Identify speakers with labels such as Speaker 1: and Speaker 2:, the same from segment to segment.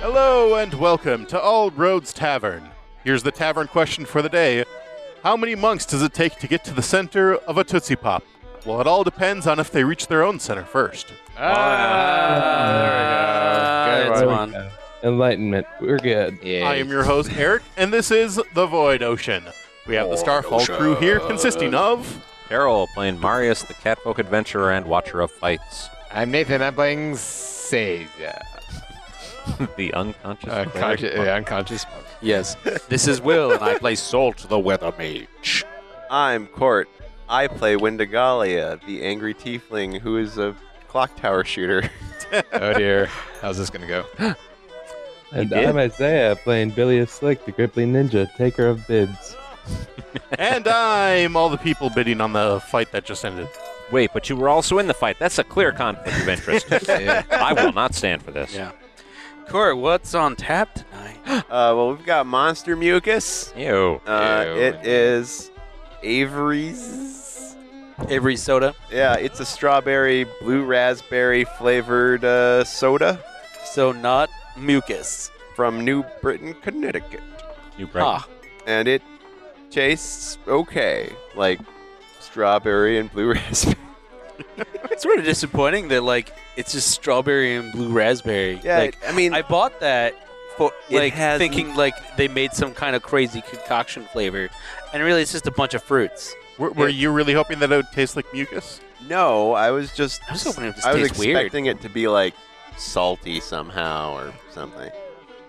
Speaker 1: Hello and welcome to All Roads Tavern. Here's the tavern question for the day How many monks does it take to get to the center of a Tootsie Pop? Well, it all depends on if they reach their own center first.
Speaker 2: Ah,
Speaker 3: there we go. Good
Speaker 2: there we
Speaker 3: Uh, one.
Speaker 2: go. Enlightenment. We're good.
Speaker 3: Yeah.
Speaker 1: I am your host, Eric, and this is The Void Ocean. We have the Starfall crew here consisting of.
Speaker 4: Carol playing Marius, the Catfolk Adventurer and Watcher of Fights,
Speaker 3: I'm Nathan. I'm playing Savior.
Speaker 4: the unconscious.
Speaker 3: Uh,
Speaker 4: player.
Speaker 3: conscious, uh, unconscious.
Speaker 5: Yes. This is Will, and I play Salt the Weather Mage.
Speaker 6: I'm Court. I play Windigalia, the angry tiefling who is a clock tower shooter.
Speaker 3: Oh dear. How's this gonna go?
Speaker 2: And I'm Isaiah playing Billy a Slick, the Gripply Ninja, taker of bids.
Speaker 1: and I'm all the people bidding on the fight that just ended.
Speaker 4: Wait, but you were also in the fight. That's a clear conflict of interest. I will not stand for this.
Speaker 5: Yeah. Court, what's on tap tonight?
Speaker 6: Uh, well, we've got Monster Mucus.
Speaker 4: Ew.
Speaker 6: Uh,
Speaker 5: Oh,
Speaker 3: Ew.
Speaker 6: it is Avery's.
Speaker 5: Every soda.
Speaker 6: Yeah, it's a strawberry, blue raspberry flavored uh, soda
Speaker 5: So not mucus.
Speaker 6: from New Britain, Connecticut.
Speaker 4: You right.
Speaker 5: Ah,
Speaker 6: And it tastes okay, like strawberry and blue raspberry.
Speaker 5: it's sort of disappointing that like it's just strawberry and blue raspberry.
Speaker 6: Yeah,
Speaker 5: Like,
Speaker 6: I mean,
Speaker 5: I bought that for
Speaker 6: It
Speaker 5: like
Speaker 6: has-
Speaker 5: thinking like they made some kind of crazy concoction flavor, and really it's just a bunch of fruits.
Speaker 1: Were, were you really hoping that it would taste like mucus?
Speaker 6: no, I was just.
Speaker 5: I was hoping it just
Speaker 6: I was
Speaker 5: tastes weird.
Speaker 6: expecting it to be like salty somehow or something.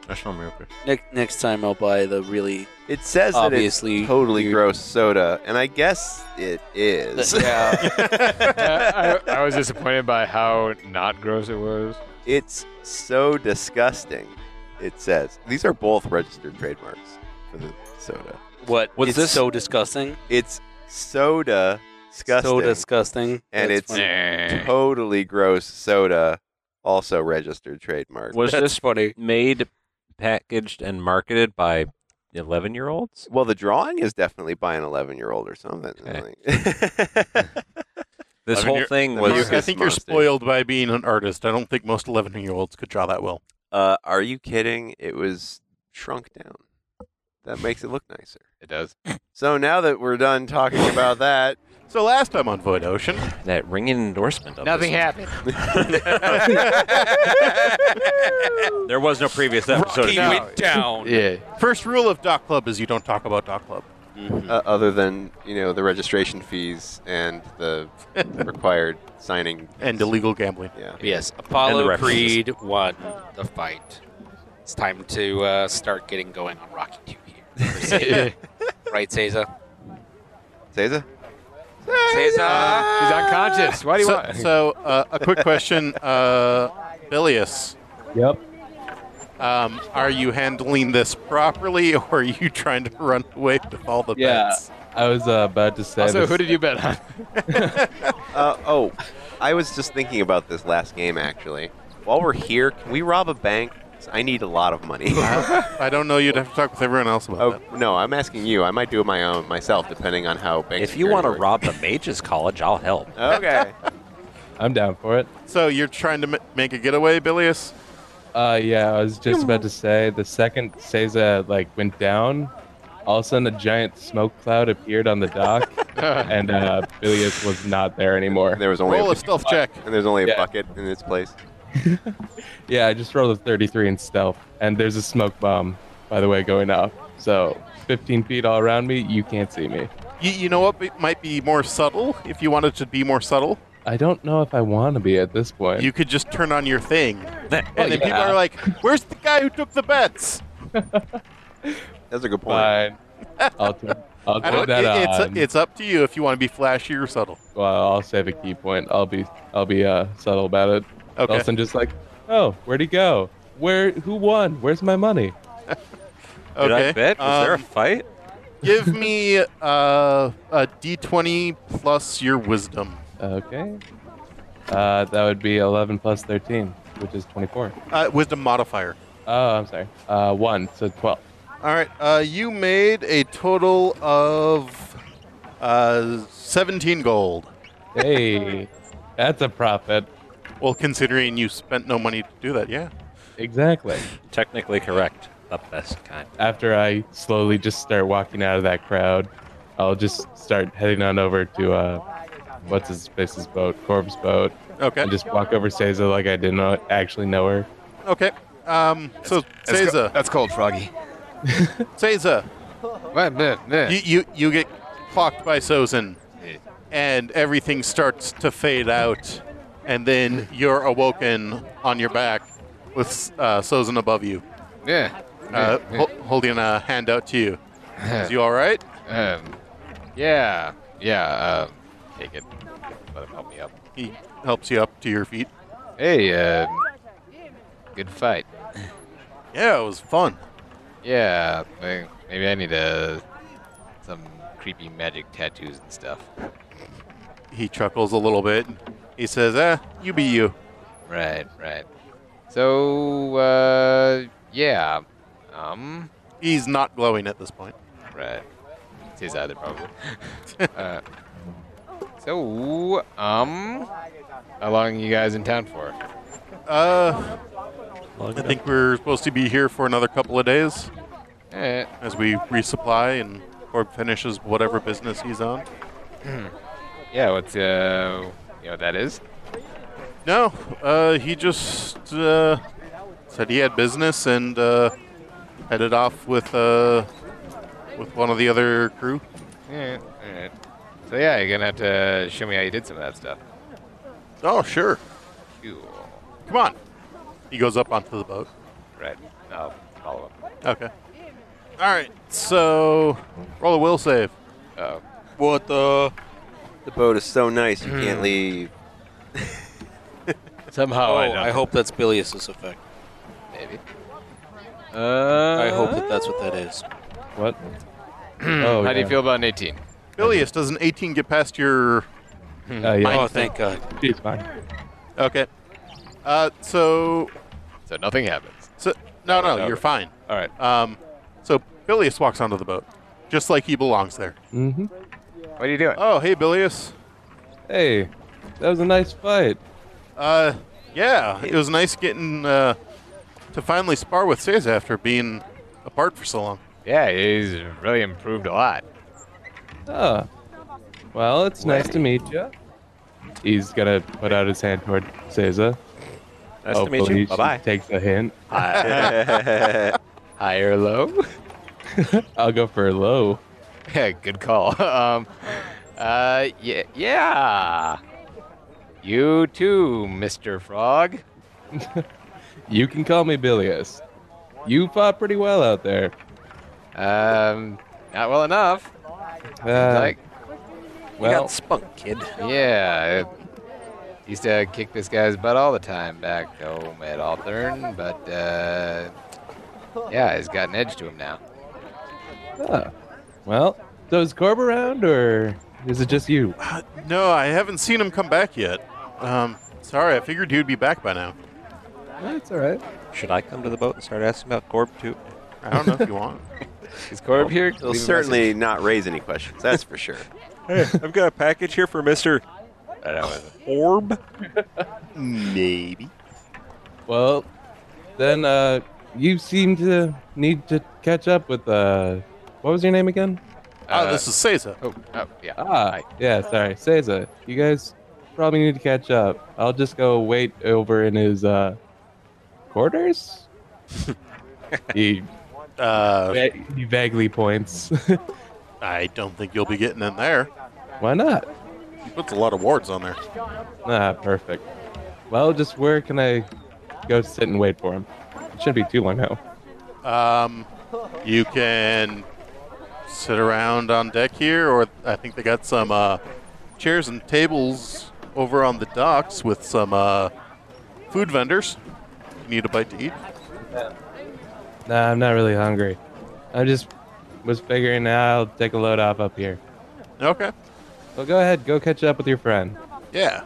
Speaker 4: National Miracle.
Speaker 5: Ne- next time I'll buy the really
Speaker 6: It says that
Speaker 5: obviously
Speaker 6: it's totally
Speaker 5: weird-
Speaker 6: gross soda, and I guess it is.
Speaker 5: Yeah.
Speaker 3: I, Uh, I was disappointed by how not gross it was.
Speaker 6: it's so disgusting. It says these are both registered trademarks for the soda.
Speaker 5: what
Speaker 4: Was
Speaker 5: it's
Speaker 4: this-
Speaker 5: so disgusting?
Speaker 6: It's soda disgusting,
Speaker 5: So disgusting.
Speaker 6: and it's
Speaker 5: That's funny.
Speaker 6: totally gross soda, also registered trademark.
Speaker 4: Was
Speaker 5: That's
Speaker 4: this
Speaker 5: funny.
Speaker 4: made, packaged, and marketed by 11 year olds?
Speaker 6: well, the drawing is definitely by an 11 year old or something.
Speaker 4: Okay.
Speaker 6: Like-
Speaker 4: This
Speaker 1: 11
Speaker 4: whole
Speaker 1: year-
Speaker 4: thing
Speaker 6: Well,
Speaker 1: You-
Speaker 6: Mucus
Speaker 4: was.
Speaker 1: I think you're
Speaker 6: monster.
Speaker 1: spoiled by being an artist. I don't think most 11 year olds could draw that well.
Speaker 6: uh, are you kidding? It was shrunk down. That makes it look nicer.
Speaker 3: It does.
Speaker 6: So now that we're done talking about that,
Speaker 1: So last time on Void Ocean,
Speaker 4: That ringing endorsement of
Speaker 3: Nothing
Speaker 4: this.
Speaker 3: happened.
Speaker 4: There was no previous episode.
Speaker 5: He
Speaker 4: of
Speaker 5: went down.
Speaker 3: Yeah.
Speaker 1: first rule of Doc Club is you don't talk about Doc Club.
Speaker 6: uh, other than you know the registration fees and the required signing
Speaker 1: and illegal gambling.
Speaker 6: Yeah.
Speaker 7: Yes,
Speaker 4: And the
Speaker 7: Apollo
Speaker 4: references.
Speaker 7: Creed won the fight. It's time to uh, start getting going on Rocky 2 here. right, Seiza?
Speaker 6: Seiza?
Speaker 7: Seiza!
Speaker 3: He's unconscious. Why do you
Speaker 1: So,
Speaker 3: want?
Speaker 1: so uh, a quick question, uh, Bilius,
Speaker 2: Yep.
Speaker 1: um, are you handling this properly, or are you trying to run away with all the
Speaker 2: Yeah.
Speaker 1: bets?
Speaker 2: I was uh, about to say.
Speaker 3: also,
Speaker 2: this-
Speaker 3: who did you bet on?
Speaker 6: Uh, oh, I was just thinking about this last game actually. While we're here, can we rob a bank? 'Cause I need a lot of money.
Speaker 1: I don't know. You'd have to talk with everyone else about
Speaker 6: oh
Speaker 1: that.
Speaker 6: no, I'm asking you. I might do it my own myself, depending on how bank.
Speaker 4: If you want to
Speaker 6: security
Speaker 4: rob the Mages College, I'll help.
Speaker 6: works. Okay.
Speaker 2: I'm down for it.
Speaker 1: So you're trying to m- make a getaway, Bilius?
Speaker 2: Uh, yeah, I was just about to say the second Seiza like went down, all of a sudden a giant smoke cloud appeared on the dock, and uh, Bilius was not there anymore.
Speaker 6: And there was only
Speaker 1: Roll
Speaker 6: a,
Speaker 1: a stealth check.
Speaker 6: and there's only a
Speaker 2: Yeah.
Speaker 6: bucket in this place.
Speaker 2: Yeah, I just rolled a 33 in stealth, and there's a smoke bomb, by the way, going off. So 15 feet all around me, you can't see me.
Speaker 1: You, you know what? It might be more subtle. If you wanted to be more subtle,
Speaker 2: I don't know if I want to be at this point.
Speaker 1: you could just turn on your thing, and then
Speaker 2: Oh,
Speaker 1: people
Speaker 2: yeah.
Speaker 1: are like, "Where's the guy who took the bets?"
Speaker 6: That's a good point.
Speaker 2: Fine. I'll, t- I'll
Speaker 1: I
Speaker 2: take
Speaker 1: don't,
Speaker 2: that
Speaker 1: it-
Speaker 2: on.
Speaker 4: um,
Speaker 1: it's, it's up to you if you want to be flashy or subtle.
Speaker 2: well, I'll save a key point. I'll be I'll be uh, subtle about it.
Speaker 1: Okay.
Speaker 2: Else I'm just like, oh, where'd he go? Where? Who won? Where's my money?
Speaker 1: Okay.
Speaker 4: Did I bet? Was there a
Speaker 1: Um,
Speaker 4: fight?
Speaker 1: give me uh, a d20 plus your wisdom.
Speaker 2: Okay. Uh, that would be 11 plus 13, which is 24.
Speaker 1: Uh, wisdom modifier.
Speaker 2: Oh, I'm sorry. Uh, one, so 12.
Speaker 1: All right. Uh, you made a total of uh, 17 gold.
Speaker 2: Hey, that's a profit.
Speaker 1: Well, considering you spent no money to do that, yeah.
Speaker 2: Exactly.
Speaker 4: Technically correct. The best kind.
Speaker 2: After I slowly just start walking out of that crowd, I'll just start heading on over to uh, what's his face's boat, Corb's boat,
Speaker 1: Okay.
Speaker 2: and just walk over Seiza like I didn't know- actually know her.
Speaker 1: Okay. Um, so
Speaker 8: That's co-
Speaker 1: Seiza,
Speaker 8: that's cold, Froggy.
Speaker 1: Seiza,
Speaker 7: What? Meh, meh.
Speaker 1: you, you you get clocked by Sozin, and everything starts to fade out, and then you're awoken on your back with uh, Sozin above you,
Speaker 7: yeah.
Speaker 1: uh, hol- holding a hand out to you. Is you all right?
Speaker 7: Um, yeah. Yeah. Um, take it. Let him help me up.
Speaker 1: He helps you up to your feet.
Speaker 7: Hey. Um, good fight.
Speaker 1: Yeah, it was fun.
Speaker 7: Yeah. may- Maybe I need uh, some creepy magic tattoos and stuff.
Speaker 1: He chuckles a little bit. He says, "Eh, you be you."
Speaker 7: Right. Right. So. Uh, yeah. Um.
Speaker 1: He's not glowing at this point.
Speaker 7: Right. It's his either probably. uh, so, um, how long you guys in town for?
Speaker 1: Uh, I think we're supposed to be here for another couple of days
Speaker 7: Eh,
Speaker 1: as we resupply and Corb finishes whatever business he's on.
Speaker 7: yeah, what's uh, you know what that is?
Speaker 1: No, uh, he just uh, said he had business and uh, headed off with uh, with one of the other crew.
Speaker 7: Eh, alright. So yeah, you're gonna have to show me how you did some of that stuff.
Speaker 1: Oh, sure.
Speaker 7: Cool.
Speaker 1: Come on. He goes up onto the boat.
Speaker 7: Right. I'll follow up.
Speaker 1: Okay. All right. So roll a will save.
Speaker 7: Oh,
Speaker 8: What the?
Speaker 6: The boat is so nice, you can't leave.
Speaker 5: Somehow,
Speaker 7: I
Speaker 5: oh,
Speaker 7: know.
Speaker 5: I, hope that's Bilius's effect.
Speaker 7: maybe. Uh,
Speaker 5: I hope that that's what that is.
Speaker 2: What? oh,
Speaker 7: how do
Speaker 2: yeah.
Speaker 7: you feel about an 18?
Speaker 1: Bilius, does an 18 get past your
Speaker 2: Uh, yeah.
Speaker 5: Oh, thank God.
Speaker 2: She's fine.
Speaker 1: Okay. Uh, so,
Speaker 7: So nothing happens.
Speaker 1: so no, no,
Speaker 7: Okay.
Speaker 1: you're fine.
Speaker 7: All right.
Speaker 1: Um, so Bilius walks onto the boat, just like he belongs there.
Speaker 2: hmm
Speaker 7: What are you doing?
Speaker 1: Oh, hey, Bilius.
Speaker 2: Hey, that was a nice fight.
Speaker 1: Uh, yeah, it was nice getting uh, to finally spar with Says after being apart for so long.
Speaker 7: Yeah, he's really improved a lot.
Speaker 2: Ah. Well, it's nice to meet you. He's gonna put out his hand toward Seiza.
Speaker 4: Nice to meet you. Bye bye.
Speaker 2: Takes the hint.
Speaker 7: High or low?
Speaker 2: I'll go for low.
Speaker 7: Yeah, good call. Um, uh, yeah, yeah. You too, Mr. Frog.
Speaker 2: You can call me Bilius. You fought pretty well out there.
Speaker 7: Um, not well enough.
Speaker 2: Uh,
Speaker 7: like,
Speaker 2: well,
Speaker 4: got spunk, kid.
Speaker 7: yeah. I used to kick this guy's butt all the time back home at Althorn, but uh, yeah, he's got an edge to him now.
Speaker 2: ah. well. So is Corb around, or is it just you?
Speaker 1: Uh, no, I haven't seen him come back yet. Um, sorry, I figured he'd be back by now.
Speaker 2: That's all right.
Speaker 4: Should I come to the boat and start asking about Corb too?
Speaker 1: I don't know if you want.
Speaker 7: Is Corb here?
Speaker 6: It'll
Speaker 7: Leave a
Speaker 6: certainly not raise any questions, that's for sure.
Speaker 4: Hey, I've got a package here for Mister uh,
Speaker 7: message. I don't know what it-
Speaker 4: Corb.
Speaker 6: Maybe.
Speaker 2: Well, then uh, you seem to need to catch up with uh, what was your name again?
Speaker 1: Ah, this is Seiza.
Speaker 7: uh, Oh, oh, yeah.
Speaker 2: Ah, yeah, sorry. Seiza, you guys probably need to catch up. I'll just go wait over in his uh quarters. he,
Speaker 1: Uh,
Speaker 2: va- he vaguely points.
Speaker 1: I don't think you'll be getting in there.
Speaker 2: Why not?
Speaker 1: He puts a lot of wards on there.
Speaker 2: Ah, perfect. Well, just where can I go sit and wait for him? Shouldn't be oh. too long now.
Speaker 1: Um, you can sit around on deck here, or I think they got some uh, chairs and tables over on the docks with some uh, food vendors. You need a bite to eat?
Speaker 2: Nah, I'm not really hungry. I just was figuring I'll take a load off up here.
Speaker 1: Okay.
Speaker 2: Well, go ahead, go catch up with your friend.
Speaker 1: Yeah.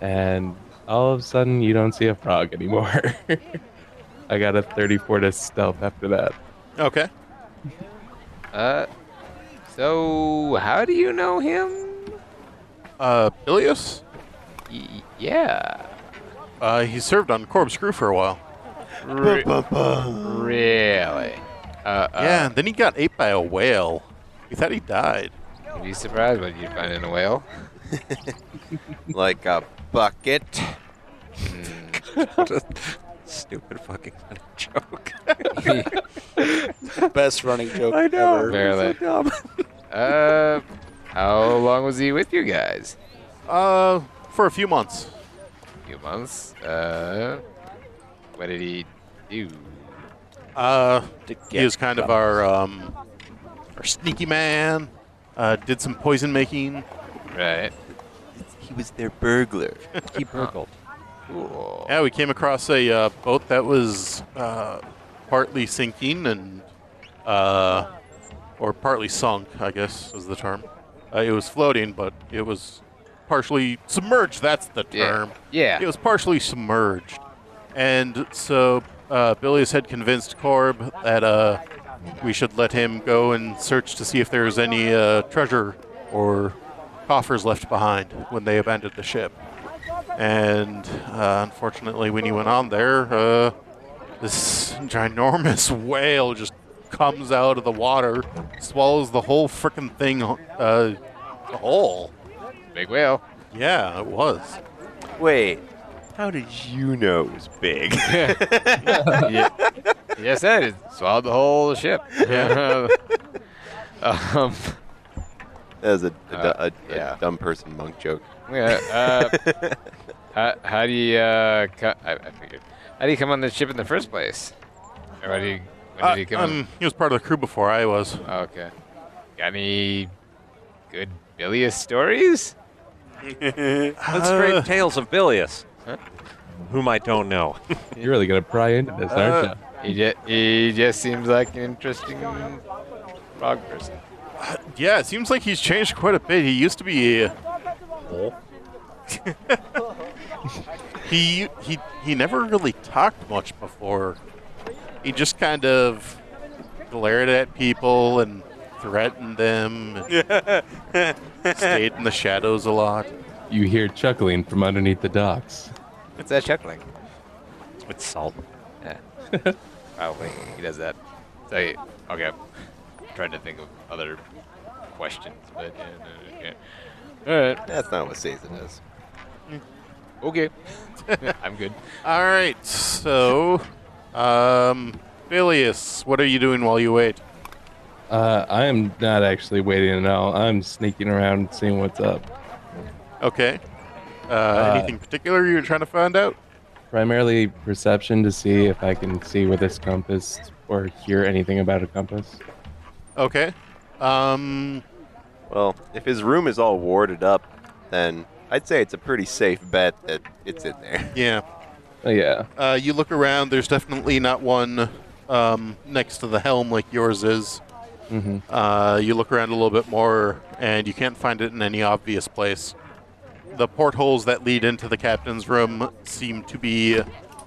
Speaker 2: and all of a sudden you don't see a frog anymore. I got a 34 to stealth after that.
Speaker 1: Okay.
Speaker 7: Uh, so how do you know him?
Speaker 1: Uh, Ilias?
Speaker 7: Y- yeah.
Speaker 1: Uh, he served on Corpse Crew for a while.
Speaker 3: Re- really? Uh, uh,
Speaker 1: yeah, and then he got ate by a whale. We thought he died.
Speaker 3: You'd be surprised what you'd find in a whale.
Speaker 6: like a bucket. Hmm.
Speaker 4: Stupid fucking joke.
Speaker 5: Best running joke
Speaker 4: I know.
Speaker 5: ever.
Speaker 3: Barely. Uh, how long was he with you guys?
Speaker 1: Uh, for a few months.
Speaker 3: few months. Uh, what did he do?
Speaker 1: Uh, he was kind of our um, our sneaky man. Uh, did some poison making.
Speaker 3: Right.
Speaker 6: He was their burglar.
Speaker 4: He burgled.
Speaker 3: Cool.
Speaker 1: Yeah, we came across a uh, boat that was uh, partly sinking and, uh, or partly sunk, I guess is the term. Uh, it was floating, but it was partially submerged. That's the
Speaker 3: Yeah.
Speaker 1: term.
Speaker 3: Yeah.
Speaker 1: It was partially submerged. And so uh, Bilius had convinced Corb that uh, we should let him go and search to see if there was any uh, treasure or coffers left behind when they abandoned the ship. And uh, unfortunately, when he went on there, uh, this ginormous whale just comes out of the water, swallows the whole frickin' thing uh, whole.
Speaker 3: Big whale.
Speaker 1: Yeah, it was.
Speaker 6: Wait, how did you know it was big?
Speaker 3: yeah. Yes, that is. Swallowed the whole ship. Yeah. um,
Speaker 6: That was a, a,
Speaker 3: Uh,
Speaker 6: a- a
Speaker 3: yeah.
Speaker 6: dumb person monk joke.
Speaker 3: yeah, uh, how, how do you, uh, co- I, I figured. How do you come on this ship in the first place? Or how do you, when did
Speaker 1: Uh,
Speaker 3: you come
Speaker 1: um, he was part of the crew before I was.
Speaker 3: on? Okay. Got any good bilious stories?
Speaker 4: Let's
Speaker 1: Uh,
Speaker 4: trade tales of Bilius, whom I don't know.
Speaker 2: You're really gonna pry into this, aren't
Speaker 1: Uh,
Speaker 2: you?
Speaker 3: He just, he just seems like an interesting frog person.
Speaker 1: Yeah, it seems like he's changed quite a bit. He used to be. Uh, he he he never really talked much before. He just kind of glared at people and threatened them. and stayed in the shadows a lot.
Speaker 2: You hear chuckling from underneath the docks.
Speaker 3: What's that chuckling?
Speaker 4: It's salt.
Speaker 3: Probably Oh, he does that. So he- okay, I'm trying to think of other questions, but yeah, no, okay. All right,
Speaker 6: That's not what Satan is.
Speaker 3: okay, I'm good.
Speaker 1: All right, so, um, Bilius, what are you doing while you wait?
Speaker 2: Uh, I am not actually waiting at all. I'm sneaking around and seeing what's up.
Speaker 1: Okay. Uh, anything particular you're trying to find out?
Speaker 2: Primarily perception to see if I can see with this compass or hear anything about a compass.
Speaker 1: Okay. Um,
Speaker 6: Well, if his room is all warded up, then I'd say it's a pretty safe bet that it's in there.
Speaker 1: yeah.
Speaker 2: Oh yeah.
Speaker 1: Uh, you look around. There's definitely not one um, next to the helm like yours is.
Speaker 2: Mm-hmm.
Speaker 1: Uh, you look around a little bit more, and you can't find it in any obvious place. The portholes that lead into the captain's room seem to be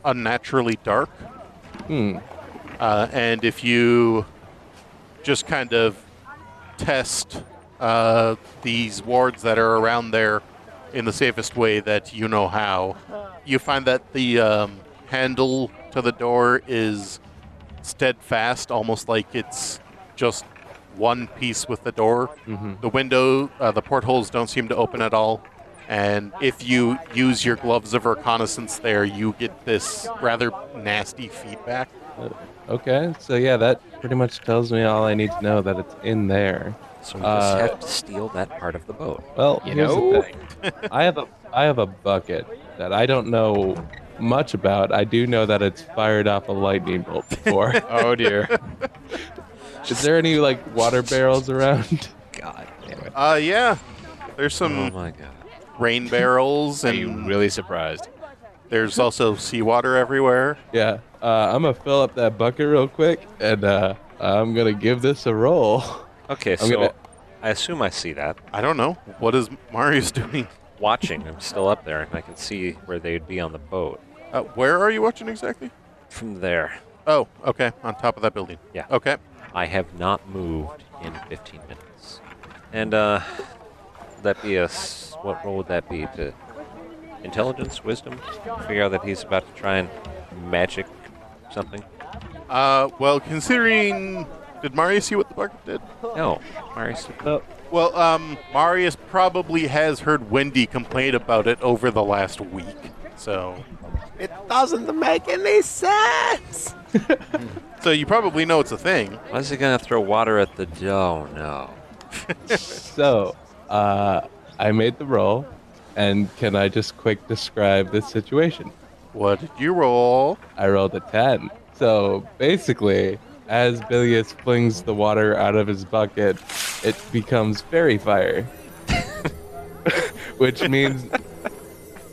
Speaker 1: unnaturally dark,
Speaker 2: Hmm.
Speaker 1: uh, and if you just kind of test uh, these wards that are around there in the safest way that you know how, you find that the um, handle to the door is steadfast, almost like it's just one piece with the door.
Speaker 2: Mhm.
Speaker 1: The window, uh, the portholes don't seem to open at all. And if you use your gloves of reconnaissance there, you get this rather nasty feedback.
Speaker 2: Okay. So yeah, that pretty much tells me all I need to know that it's in there.
Speaker 4: So we just
Speaker 2: Uh,
Speaker 4: have to steal that part of the boat.
Speaker 2: Well,
Speaker 3: You
Speaker 2: here's
Speaker 3: know?
Speaker 2: the thing. I have a I have a bucket that I don't know much about. I do know that it's fired off a lightning bolt before.
Speaker 3: Oh dear.
Speaker 2: Is there any like water barrels around?
Speaker 4: God damn it.
Speaker 1: Uh, yeah. There's
Speaker 4: Oh
Speaker 1: some
Speaker 4: my god.
Speaker 1: rain barrels,
Speaker 3: Are
Speaker 1: and
Speaker 3: you really surprised?
Speaker 1: there's also seawater everywhere.
Speaker 2: yeah. Uh, I'm gonna fill up that bucket real quick, and uh, I'm gonna give this a roll.
Speaker 4: Okay, so
Speaker 2: gonna-
Speaker 4: I assume I see that.
Speaker 1: I don't know. What is Marius doing?
Speaker 4: Watching, I'm still up there, and I can see where they'd be on the boat
Speaker 1: Uh, where are you watching exactly?
Speaker 4: from there.
Speaker 1: Oh, okay. On top of that building.
Speaker 4: Yeah.
Speaker 1: Okay.
Speaker 4: I have not moved in 15 minutes. And uh, that be a s- what role would that be to intelligence, wisdom? Figure out that he's about to try and magic something?
Speaker 1: Uh, well, considering. Did Marius see what the barkeep did?
Speaker 4: No. Marius.
Speaker 1: Well, um, Marius probably has heard Wendy complain about it over the last week. So,
Speaker 6: It doesn't make any sense.
Speaker 1: so you probably know it's a thing.
Speaker 4: Why is he gonna throw water at the dough? No.
Speaker 2: So, uh, I made the roll, and can I just quick describe this situation?
Speaker 1: What did you roll?
Speaker 2: I rolled a 10. So basically, as Bilius flings the water out of his bucket, it becomes fairy fire. Which means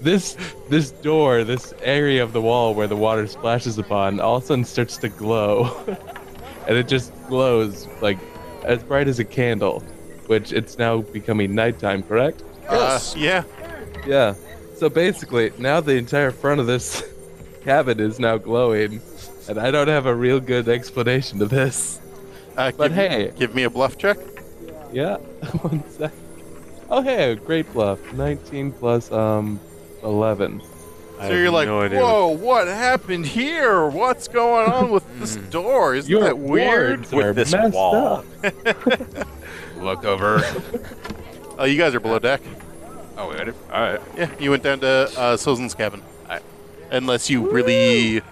Speaker 2: this this door, this area of the wall where the water splashes upon, all of a sudden starts to glow. and it just glows like as bright as a candle. Which it's now becoming nighttime, correct?
Speaker 1: Yes. Uh, yeah.
Speaker 2: Yeah. So basically, now the entire front of this cabin is now glowing, and I don't have a real good explanation to this.
Speaker 1: Uh,
Speaker 2: But
Speaker 1: give,
Speaker 2: hey.
Speaker 1: give me a bluff check.
Speaker 2: Yeah. One sec. Oh hey, great bluff. 19 plus um 11.
Speaker 4: I
Speaker 1: So you're
Speaker 4: have
Speaker 1: like,
Speaker 4: no idea
Speaker 1: whoa, what Hmm. happened here? What's going on with this door? Isn't
Speaker 2: Your
Speaker 1: that weird?
Speaker 2: wards are
Speaker 4: with this
Speaker 2: messed
Speaker 4: wall.
Speaker 2: up.
Speaker 7: Look over.
Speaker 1: Oh, you guys are below deck.
Speaker 7: oh, we ready? All right.
Speaker 1: Yeah, you went down to uh, Sozin's cabin.
Speaker 7: I-
Speaker 1: Unless you really were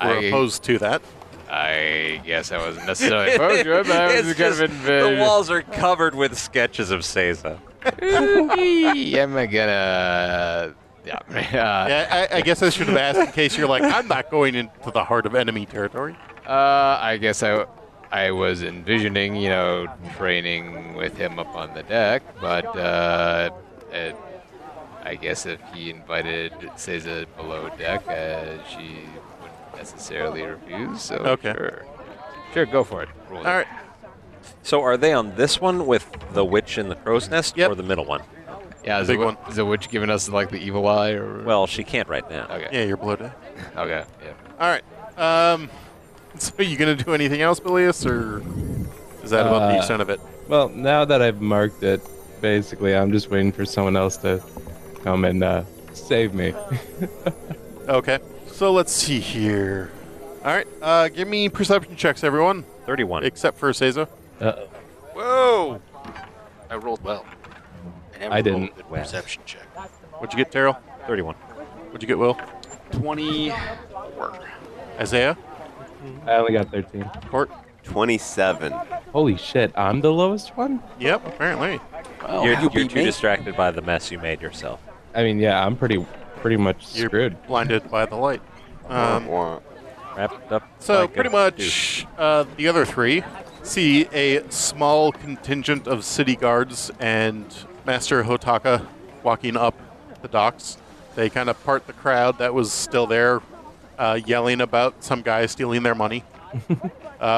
Speaker 7: I-
Speaker 1: opposed to that.
Speaker 7: I guess I wasn't necessarily opposed to it, but I was
Speaker 4: It's
Speaker 7: kind of
Speaker 4: just-
Speaker 7: invited.
Speaker 4: The walls are covered with sketches of Seiza.
Speaker 7: I'm gonna. Yeah. Uh,
Speaker 1: Yeah, I, I guess I should have asked in case you're like, I'm not going into the heart of enemy territory.
Speaker 7: Uh, I guess I, I was envisioning, you know, training with him up on the deck, but uh, it, I guess if he invited Seiza below deck, uh, she wouldn't necessarily refuse. So
Speaker 1: Okay.
Speaker 7: sure, sure, go for it. Roll
Speaker 1: All
Speaker 7: it.
Speaker 1: right.
Speaker 4: So are they on this one with the witch in the crow's nest
Speaker 1: Yep.
Speaker 4: or the middle one?
Speaker 7: Yeah, is
Speaker 1: Big
Speaker 7: the,
Speaker 1: one.
Speaker 7: Is the witch giving us like the evil eye or?
Speaker 4: Well, she can't right now.
Speaker 7: okay,
Speaker 1: Yeah, you're below deck.
Speaker 7: okay, yeah.
Speaker 1: All right. Um, so you going to do anything else, Bilius, or is that about the
Speaker 2: Uh,
Speaker 1: extent of it?
Speaker 2: Well, now that I've marked it, basically I'm just waiting for someone else to come and uh, save me.
Speaker 1: Okay. So let's see here. All right. Uh, give me perception checks, everyone,
Speaker 4: 31.
Speaker 1: except for Seiza.
Speaker 2: Uh-oh.
Speaker 7: Whoa!
Speaker 5: I rolled well.
Speaker 2: I didn't.
Speaker 5: Good perception check.
Speaker 1: What'd you get, Terrell?
Speaker 4: 31.
Speaker 1: What'd you get, Will?
Speaker 5: 24.
Speaker 1: Isaiah?
Speaker 2: I only got 13.
Speaker 1: Court?
Speaker 6: 27.
Speaker 2: Holy shit, I'm the lowest one?
Speaker 1: Yep, apparently.
Speaker 4: you're you're too distracted by the mess you made yourself.
Speaker 2: I mean, yeah, I'm pretty pretty much
Speaker 1: You're
Speaker 2: screwed.
Speaker 1: blinded by the light. Um,
Speaker 6: Wah, wah.
Speaker 4: Wrapped up.
Speaker 1: So
Speaker 4: like a
Speaker 1: pretty
Speaker 4: douche.
Speaker 1: much uh, the other three see a small contingent of city guards and Master Hotaka walking up the docks. They kind of part the crowd that was still there, uh, yelling about some guy stealing their money. Uh,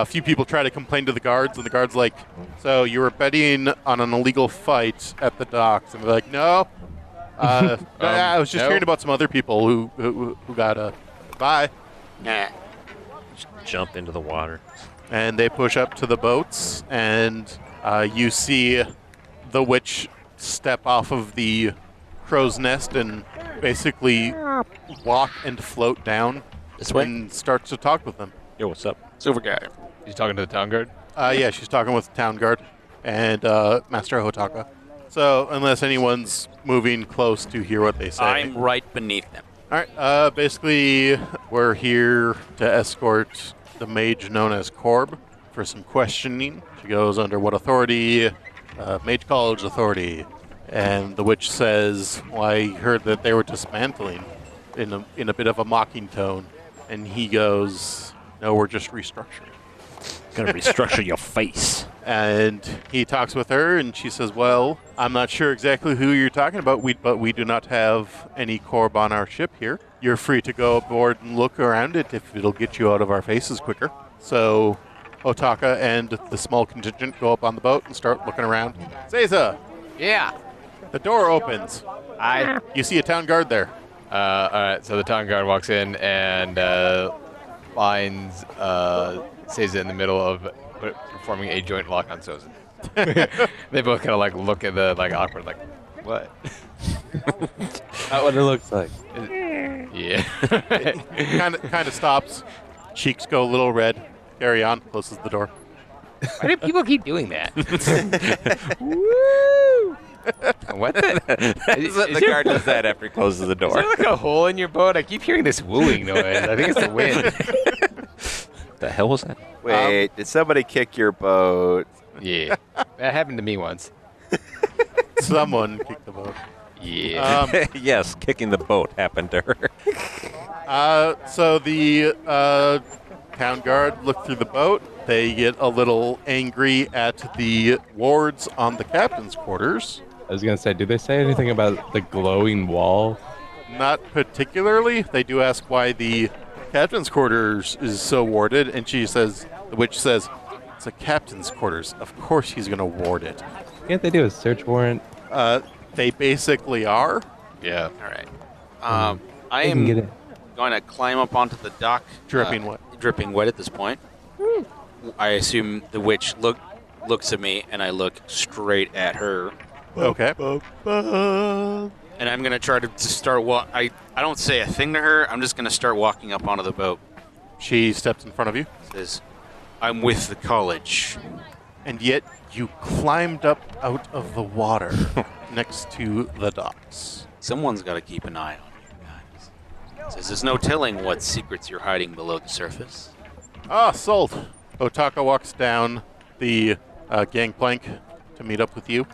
Speaker 1: a few people try to complain to the guards, and the guards like, "So you were betting on an illegal fight at the docks?" And they're like, "No, uh,
Speaker 4: Um,
Speaker 1: I was just
Speaker 7: no.
Speaker 1: hearing about some other people who who, who got uh, a bye."
Speaker 5: Nah.
Speaker 4: Just jump into the water.
Speaker 1: and they push up to the boats, and uh, you see the witch step off of the crow's nest and basically walk and float down
Speaker 5: This way?
Speaker 1: and starts to talk with them.
Speaker 4: Yo, what's up?
Speaker 5: Silver guy.
Speaker 7: You talking to the town guard?
Speaker 1: Uh, yeah, she's talking with Town Guard and uh, Master Hotaka. So, unless anyone's moving close to hear what they say.
Speaker 5: I'm right beneath them.
Speaker 1: All right. Uh, basically, we're here to escort the mage known as Corb for some questioning. She goes under what authority? Uh, mage College authority. And the witch says, "Well, I heard that they were dismantling," in a in a bit of a mocking tone. And he goes, "No, we're just restructuring."
Speaker 4: Gonna restructure your face.
Speaker 1: And he talks with her, and she says, "Well, I'm not sure exactly who you're talking about, we, but we do not have any Corb on our ship here. You're free to go aboard and look around it if it'll get you out of our faces quicker." So, Otaka and the small contingent go up on the boat and start looking around. Seiza,
Speaker 7: Yeah.
Speaker 1: the door opens.
Speaker 7: I
Speaker 1: You see a town guard there.
Speaker 7: Uh, all right, so the town guard walks in and uh, finds uh, Seiza in the middle of per- performing a joint lock on Sozin. they both kind of like look at the like awkward like, what?
Speaker 2: Not what it looks like.
Speaker 7: Yeah.
Speaker 1: Kind of kind of stops, Cheeks go a little red. Carry on. Closes the door.
Speaker 3: Why do people keep doing that? what the? Is,
Speaker 4: the
Speaker 3: is
Speaker 4: guard
Speaker 3: there,
Speaker 4: does that after he closes the
Speaker 3: is there
Speaker 4: door.
Speaker 3: like a hole in your boat? I keep hearing this wooing noise. I think it's the wind.
Speaker 4: the hell was that?
Speaker 6: Wait,
Speaker 4: Um,
Speaker 6: did somebody kick your boat?
Speaker 3: Yeah, that happened to me once.
Speaker 1: Someone kicked the boat.
Speaker 3: Yeah.
Speaker 1: Um,
Speaker 4: yes, kicking the boat happened to her.
Speaker 1: Uh, so the uh, town guard look through the boat. They get a little angry at the wards on the captain's quarters.
Speaker 2: I was gonna say, did they say anything about the glowing wall?
Speaker 1: Not particularly. They do ask why the captain's quarters is so warded, and she says, the witch says, it's a captain's quarters. Of course he's going to ward it.
Speaker 2: Can't they do a search warrant?
Speaker 1: Uh, they basically are.
Speaker 7: Yeah.
Speaker 5: All right. Um, I
Speaker 2: They can
Speaker 5: am
Speaker 2: get it.
Speaker 5: going to climb up onto the dock.
Speaker 1: Dripping
Speaker 5: uh,
Speaker 1: wet.
Speaker 5: Dripping wet at this point. I assume the witch look looks at me, and I look straight at her.
Speaker 1: Okay.
Speaker 5: And I'm gonna try to, to start walk. I I don't say a thing to her. I'm just gonna start walking up onto the boat.
Speaker 1: She steps in front of you,
Speaker 5: Says, "I'm with the college."
Speaker 1: and yet you climbed up out of the water next to the docks.
Speaker 5: Someone's got to keep an eye on you guys. Says there's no telling what secrets you're hiding below the surface.
Speaker 1: Ah, salt. Otaka walks down the uh, gangplank to meet up with you.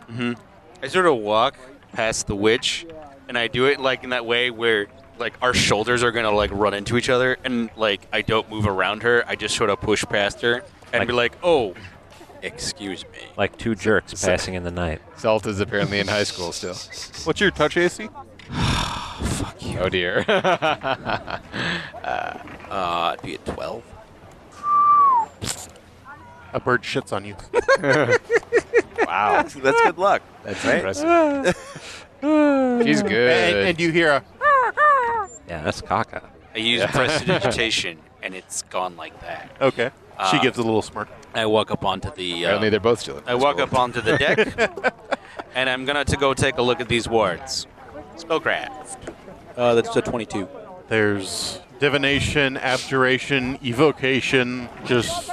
Speaker 5: I sort of walk past the witch, and I do it like in that way where like our shoulders are gonna like run into each other, and like I don't move around her. I just sort of push past her and
Speaker 4: Like-
Speaker 5: be like, "Oh, excuse me."
Speaker 4: Like two jerks passing in the night.
Speaker 7: Salt is apparently in high school still.
Speaker 1: What's your touch AC?
Speaker 7: Oh dear.
Speaker 5: Uh, I'd be at twelve.
Speaker 1: A bird shits on you.
Speaker 7: wow.
Speaker 6: That's good luck.
Speaker 7: That's
Speaker 6: Right?
Speaker 7: impressive. She's
Speaker 1: and,
Speaker 7: good.
Speaker 1: and you hear a.
Speaker 4: Yeah, that's Kaka.
Speaker 5: I use prestidigitation, and it's gone like that.
Speaker 1: Okay. she
Speaker 5: Ah.
Speaker 1: gives a little smirk.
Speaker 5: I walk up onto the.
Speaker 7: Apparently
Speaker 5: Uh,
Speaker 7: they're both still in
Speaker 5: I
Speaker 7: high
Speaker 5: walk
Speaker 7: school.
Speaker 5: up onto the deck, and I'm gonna to go take a look at these wards. Spellcraft. Uh, that's a twenty-two.
Speaker 1: There's divination, abjuration, evocation, just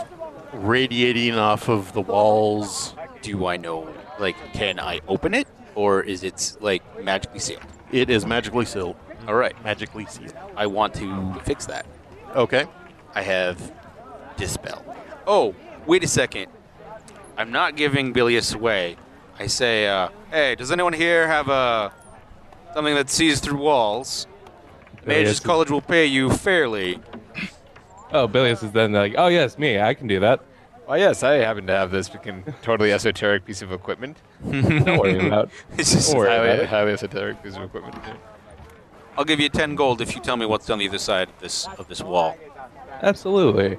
Speaker 1: radiating off of the walls.
Speaker 5: Do I know? Like, can I open it, or is it like magically sealed?
Speaker 1: It is magically sealed.
Speaker 7: Mm-hmm.
Speaker 5: All right,
Speaker 1: Magically sealed.
Speaker 5: I want to fix that.
Speaker 1: Okay.
Speaker 5: I have dispel. Oh, wait a second. I'm not giving Bilius away. I say, uh, hey, does anyone here have uh, something that sees through walls? Mages
Speaker 4: Uh,
Speaker 2: Bilius-
Speaker 5: College will pay you fairly.
Speaker 2: Oh, Bilius is then like, oh yes, me, I can do that.
Speaker 7: Oh yes, I happen to have this fucking totally esoteric piece of equipment.
Speaker 2: Don't worry about.
Speaker 5: It's just-
Speaker 2: Don't worry about
Speaker 7: Highly,
Speaker 2: it.
Speaker 7: highly esoteric piece of equipment. yeah.
Speaker 5: I'll give you ten gold if you tell me what's on the other side of this of this wall.
Speaker 2: Absolutely.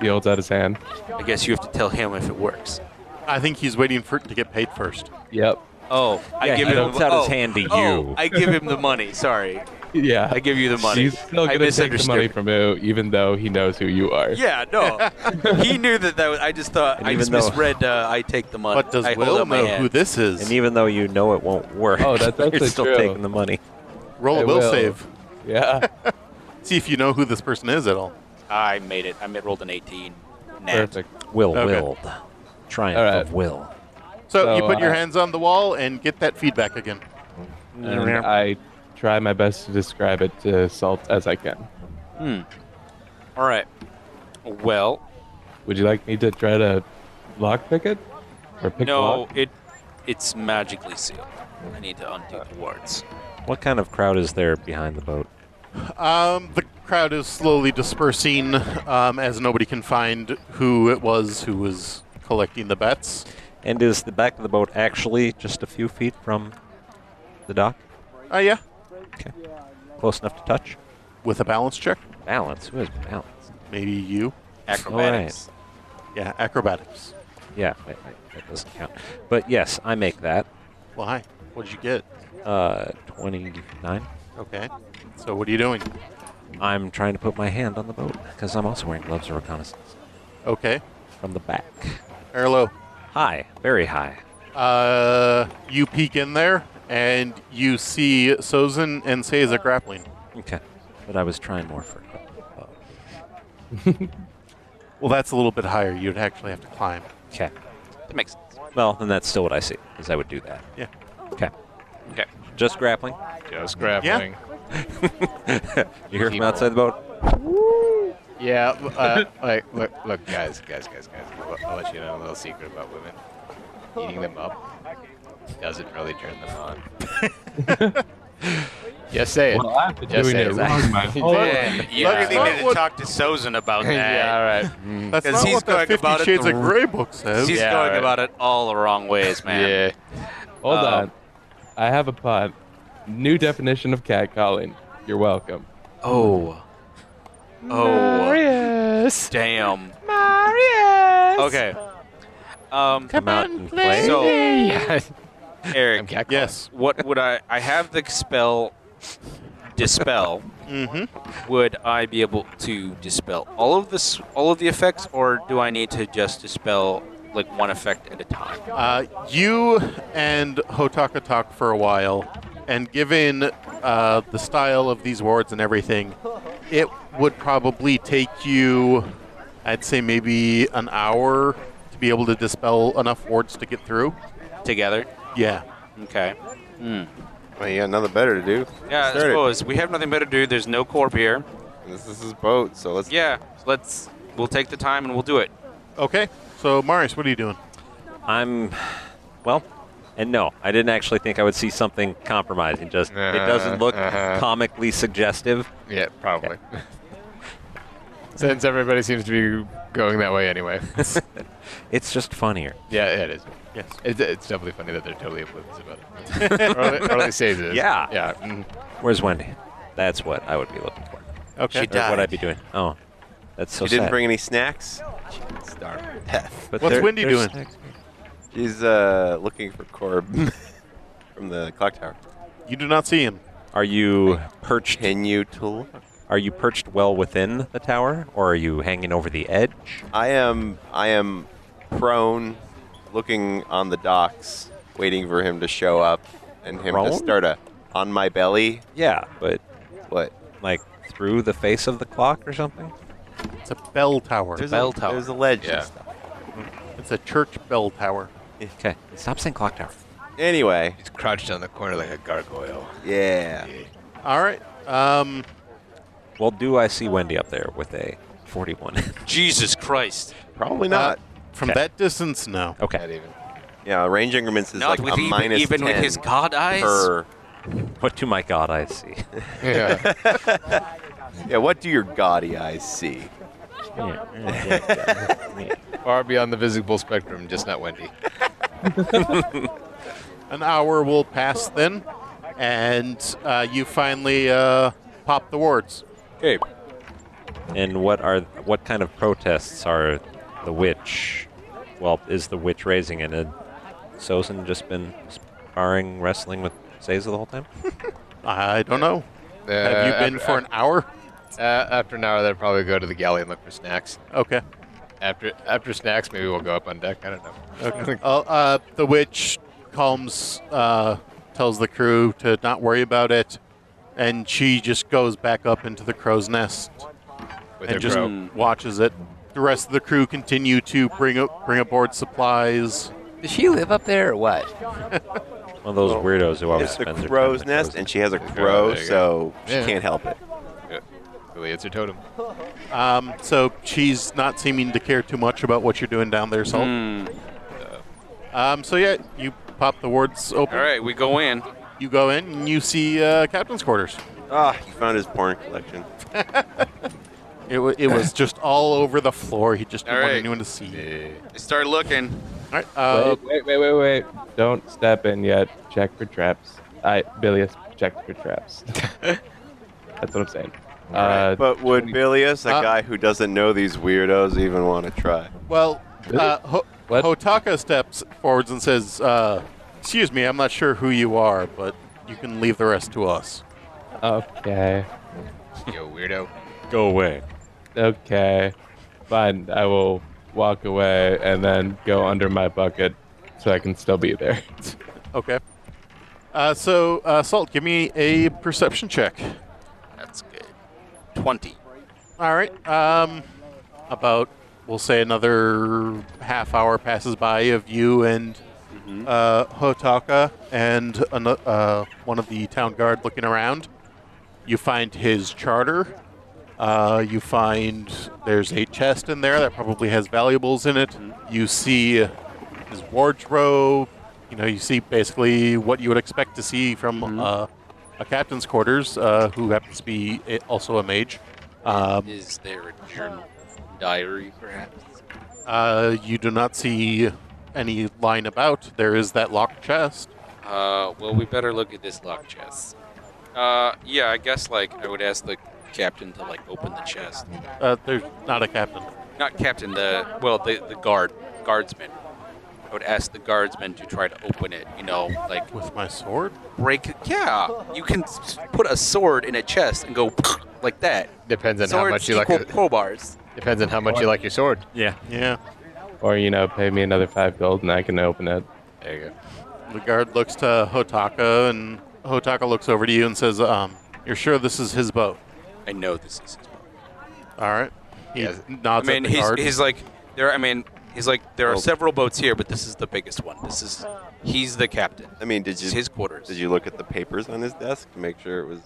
Speaker 2: He holds out his hand.
Speaker 5: I guess you have to tell him if it works.
Speaker 1: I think he's waiting for it to get paid first.
Speaker 2: Yep.
Speaker 5: Oh, I
Speaker 4: Yeah,
Speaker 5: give
Speaker 4: he
Speaker 5: him
Speaker 4: holds out his
Speaker 5: oh,
Speaker 4: hand to
Speaker 5: oh,
Speaker 4: you.
Speaker 5: I give him the money. Sorry,
Speaker 2: Yeah.
Speaker 5: I give you the money.
Speaker 2: He's still
Speaker 5: I
Speaker 2: gonna take the
Speaker 5: misunderstood.
Speaker 2: money from you, even though he knows who you are.
Speaker 5: Yeah, no. he knew that that was, I just thought,
Speaker 4: And
Speaker 5: I
Speaker 4: even
Speaker 5: just
Speaker 4: though-
Speaker 5: misread, uh, I take the money.
Speaker 1: But does
Speaker 5: I hold
Speaker 1: Will
Speaker 5: up my
Speaker 1: know
Speaker 5: hand.
Speaker 1: who this is?
Speaker 4: And even though you know it won't work,
Speaker 2: Oh, that's
Speaker 4: you're
Speaker 2: actually
Speaker 4: still
Speaker 2: true.
Speaker 4: taking the money.
Speaker 1: Roll a
Speaker 2: I
Speaker 1: will,
Speaker 2: will.
Speaker 1: save.
Speaker 2: Yeah.
Speaker 1: See if you know who this person is at all.
Speaker 5: I made it. I made, rolled an 18. Nat.
Speaker 2: Perfect.
Speaker 4: Will
Speaker 1: Okay.
Speaker 4: willed. Triumph
Speaker 2: All right.
Speaker 4: of will.
Speaker 1: So, you
Speaker 2: So,
Speaker 1: put your
Speaker 2: uh,
Speaker 1: hands on the wall and get that feedback again.
Speaker 2: And I try my best to describe it to Salt as I can.
Speaker 5: All right. Well,
Speaker 2: Would you like me to try to lock pick it? Or pick
Speaker 5: no,
Speaker 2: lock?
Speaker 5: it it's magically sealed. I need to undo the wards.
Speaker 4: What kind of crowd is there behind the boat?
Speaker 1: Um, the crowd is slowly dispersing um, as nobody can find who it was who was collecting the bets.
Speaker 4: And is the back of the boat actually just a few feet from the dock?
Speaker 1: Oh, yeah.
Speaker 4: Close enough to touch?
Speaker 1: With a balance check.
Speaker 4: Balance. Who has balance?
Speaker 1: Maybe you.
Speaker 5: Acrobatics.
Speaker 1: Yeah, acrobatics.
Speaker 4: Yeah, wait, wait, that doesn't count. But yes, I make that.
Speaker 1: Why? What did you get?
Speaker 4: Uh, 29.
Speaker 1: Okay. So, what are you doing?
Speaker 4: I'm trying to put my hand on the boat because I'm also wearing gloves of reconnaissance
Speaker 1: Okay.
Speaker 4: from the back.
Speaker 1: Erlo,
Speaker 4: High, very high.
Speaker 1: uh, you peek in there and you see Sozin and Seiza grappling.
Speaker 4: Okay, but I was trying more for. Oh.
Speaker 1: Well, that's a little bit higher. You'd actually have to climb.
Speaker 4: Okay.
Speaker 5: That makes sense.
Speaker 4: Well, then that's still what I see, because I would do that.
Speaker 1: Yeah.
Speaker 4: Okay.
Speaker 5: Okay.
Speaker 4: Just grappling.
Speaker 7: Just grappling.
Speaker 4: You hear from outside the boat?
Speaker 7: Yeah, uh, like look, look, guys, guys, guys, guys. I'll, I'll let you know a little secret about women. Eating them up doesn't really turn them on. Just say it.
Speaker 2: Well, I've been
Speaker 7: Just
Speaker 2: doing
Speaker 7: say
Speaker 2: it wrong my whole life.
Speaker 5: Yeah, you really
Speaker 1: not
Speaker 5: need to
Speaker 1: what-
Speaker 5: talk to Sozin about that.
Speaker 7: yeah, all right.
Speaker 1: That's
Speaker 5: 'Cause
Speaker 1: not
Speaker 5: he's
Speaker 1: what that
Speaker 5: going
Speaker 1: 50
Speaker 5: about it
Speaker 1: Shades
Speaker 5: the
Speaker 1: of Grey book says.
Speaker 5: He's
Speaker 7: Yeah,
Speaker 5: going
Speaker 7: right.
Speaker 5: about it all the wrong ways, man.
Speaker 7: Yeah.
Speaker 2: Hold
Speaker 5: Um,
Speaker 2: on. I have a pun. New definition of catcalling. You're welcome.
Speaker 5: Oh. Oh.
Speaker 7: Marius.
Speaker 5: Damn.
Speaker 7: Marius.
Speaker 5: Okay. Um,
Speaker 4: Come out and play.
Speaker 5: so,
Speaker 7: Yeah. I'm
Speaker 5: Eric,
Speaker 7: cackling.
Speaker 1: Yes.
Speaker 5: what would I. I have the spell Dispel.
Speaker 1: Mm-hmm.
Speaker 5: Would I be able to dispel all of this, all of the effects, or do I need to just dispel like one effect at a time?
Speaker 1: Uh, you and Hotaka talk for a while, and given uh, the style of these wards and everything, it would probably take you, I'd say maybe an hour to be able to dispel enough wards to get through.
Speaker 5: Together.
Speaker 1: Yeah.
Speaker 5: Okay. Hmm.
Speaker 6: Well, you got nothing better to do.
Speaker 5: Yeah, I
Speaker 6: Start it.
Speaker 5: suppose we have nothing better to do. There's no corp here.
Speaker 6: This is his boat, so let's.
Speaker 5: Yeah, let's. We'll take the time and we'll do it.
Speaker 1: Okay. So, Marius, what are you doing?
Speaker 4: I'm, well, and no, I didn't actually think I would see something compromising. Just it doesn't look
Speaker 7: Uh-huh.
Speaker 4: comically suggestive.
Speaker 7: Yeah, probably. Since everybody seems to be going that way anyway.
Speaker 4: It's just funnier.
Speaker 7: yeah, it is.
Speaker 1: Yes.
Speaker 7: It's, it's definitely funny that they're totally oblivious about it. early, early stages.
Speaker 4: Yeah.
Speaker 7: Yeah. mhm.
Speaker 4: Where's Wendy? That's what I would be looking for.
Speaker 1: Okay.
Speaker 4: Or what I'd be doing. Oh, that's so
Speaker 6: You didn't
Speaker 4: sad.
Speaker 6: bring any snacks. Starving to death.
Speaker 4: But
Speaker 1: What's
Speaker 4: there-
Speaker 1: Wendy
Speaker 4: there's
Speaker 1: doing?
Speaker 4: snacks here.
Speaker 6: He's uh, looking for Corb from the clock tower.
Speaker 1: You do not see him.
Speaker 4: Are you perched?
Speaker 6: Can you tool?
Speaker 4: Are you perched well within the tower, or are you hanging over the edge?
Speaker 6: I am. I am prone, looking on the docks, waiting for him to show up, and him
Speaker 4: Prone?
Speaker 6: to start a on my belly.
Speaker 4: Yeah, but
Speaker 6: What?
Speaker 4: like through the face of the clock or something.
Speaker 1: It's a bell tower.
Speaker 6: There's
Speaker 5: bell
Speaker 6: a,
Speaker 5: tower.
Speaker 6: There's a ledge
Speaker 7: Yeah.
Speaker 6: and stuff.
Speaker 1: It's a church bell tower.
Speaker 4: Okay, stop saying clock tower.
Speaker 6: Anyway,
Speaker 7: He's crouched on the corner like a gargoyle.
Speaker 6: yeah.
Speaker 1: All right. Um,
Speaker 4: Well, do I see Wendy up there with a 41 inch?
Speaker 5: Jesus Christ.
Speaker 6: Probably
Speaker 4: Uh,
Speaker 6: not.
Speaker 1: uh, from
Speaker 4: Okay.
Speaker 1: that distance, no.
Speaker 7: Not
Speaker 4: Okay,
Speaker 7: even.
Speaker 6: yeah, range increments is
Speaker 5: Not
Speaker 6: like
Speaker 5: with
Speaker 6: a
Speaker 5: even,
Speaker 6: minus
Speaker 5: even
Speaker 6: 10
Speaker 5: with his god eyes.
Speaker 6: per.
Speaker 4: what do my god I see?
Speaker 7: Yeah.
Speaker 6: Yeah, what do your gaudy eyes see?
Speaker 7: Far beyond the visible spectrum, just not Wendy.
Speaker 1: An hour will pass then, and uh, you finally uh, pop the wards.
Speaker 4: Okay. And what are what kind of protests are the witch? Well, is the witch raising it? Had Sozin just been sparring, wrestling with Seiza the whole time?
Speaker 1: I don't know.
Speaker 7: Uh,
Speaker 1: Have you been
Speaker 7: after,
Speaker 1: for an hour?
Speaker 7: Uh, after an hour, they'll probably go to the galley and look for snacks.
Speaker 1: Okay.
Speaker 7: After after snacks, maybe we'll go up on deck. I don't know.
Speaker 1: Okay. Uh, uh, the witch calms, uh, tells the crew to not worry about it, and she just goes back up into the crow's nest
Speaker 7: With
Speaker 1: and
Speaker 7: her
Speaker 1: just
Speaker 7: crow.
Speaker 1: watches it. The rest of the crew continue to bring up, bring aboard supplies.
Speaker 3: Does she live up there or what?
Speaker 4: One of those weirdos who always
Speaker 6: It's the
Speaker 4: spends their time
Speaker 6: crow's
Speaker 4: in the crow's
Speaker 6: nest, and she has a
Speaker 7: you go,
Speaker 6: crow,
Speaker 7: there you
Speaker 6: so she
Speaker 7: Yeah.
Speaker 6: can't help it.
Speaker 7: Really, it's her totem.
Speaker 1: Um, so she's not seeming to care too much about what you're doing down there, Salt.
Speaker 5: Hmm.
Speaker 1: Um, so yeah, you pop the wards open.
Speaker 5: All right, we go in.
Speaker 1: You go in and you see uh, captain's quarters.
Speaker 6: Ah, he found his porn collection.
Speaker 1: It, wa it was just all over the floor. He just didn't
Speaker 5: All
Speaker 1: want
Speaker 5: right.
Speaker 1: anyone to see. it.
Speaker 5: I start looking.
Speaker 1: All right. Uh,
Speaker 2: wait, wait, wait, wait, wait. Don't step in yet. Check for traps. I, Bilius, check for traps. That's what I'm saying. Uh,
Speaker 6: but would Bilius, a
Speaker 1: Uh,
Speaker 6: guy who doesn't know these weirdos, even want to try?
Speaker 1: well, uh, Ho-
Speaker 2: What?
Speaker 1: Hotaka steps forwards and says, uh, "Excuse me, I'm not sure who you are, but you can leave the rest to us."
Speaker 2: okay.
Speaker 7: Yo, weirdo.
Speaker 4: nest. Go away.
Speaker 2: Okay. Fine. I will walk away and then go under my bucket so I can still be there.
Speaker 1: Okay. Uh, so, uh, Salt, give me a perception check.
Speaker 5: That's good. 20.
Speaker 1: All right. Um, About, we'll say, another half hour passes by of you and uh, Hotaka and an- uh, one of the town guard looking around. You find his charter. Uh, you find there's a chest in there that probably has valuables in it. You see his wardrobe. You know, you see basically what you would expect to see from uh, a captain's quarters, uh, who happens to be a, also a mage. Um,
Speaker 5: Is there a journal, diary, perhaps?
Speaker 1: uh, you do not see any lying about. There is that locked chest.
Speaker 5: Uh, well, we better look at this locked chest. Uh, yeah, I guess like I would ask the captain to like open the chest.
Speaker 1: Uh, there's not a captain.
Speaker 5: Not captain, the well, the the guard, guardsman. I would ask the guardsman to try to open it. You know, like
Speaker 1: With my sword?
Speaker 5: break. Yeah, you can s- put a sword in a chest and go like that.
Speaker 7: Depends on how
Speaker 5: Swords
Speaker 7: much you like.
Speaker 5: equal
Speaker 7: Your,
Speaker 5: crowbars.
Speaker 7: depends on how much you like your sword.
Speaker 4: Yeah.
Speaker 1: Yeah.
Speaker 2: Or, you know, pay me another five gold and I can open it.
Speaker 7: There you go.
Speaker 1: The guard looks to Hotaka, and Hotaka looks over to you and says, um, You're sure this is his boat?
Speaker 5: I know this is. His
Speaker 1: All right. He
Speaker 7: Yes.
Speaker 5: I
Speaker 1: nods
Speaker 5: mean,
Speaker 1: at the
Speaker 5: he's,
Speaker 1: guard.
Speaker 5: he's like there. I mean, he's like there are
Speaker 6: Oh.
Speaker 5: several boats here, but this is the biggest one. This is he's the captain.
Speaker 6: I mean, did
Speaker 5: This is
Speaker 6: you
Speaker 5: his quarters.
Speaker 6: did you look at the papers on his desk to make sure it was?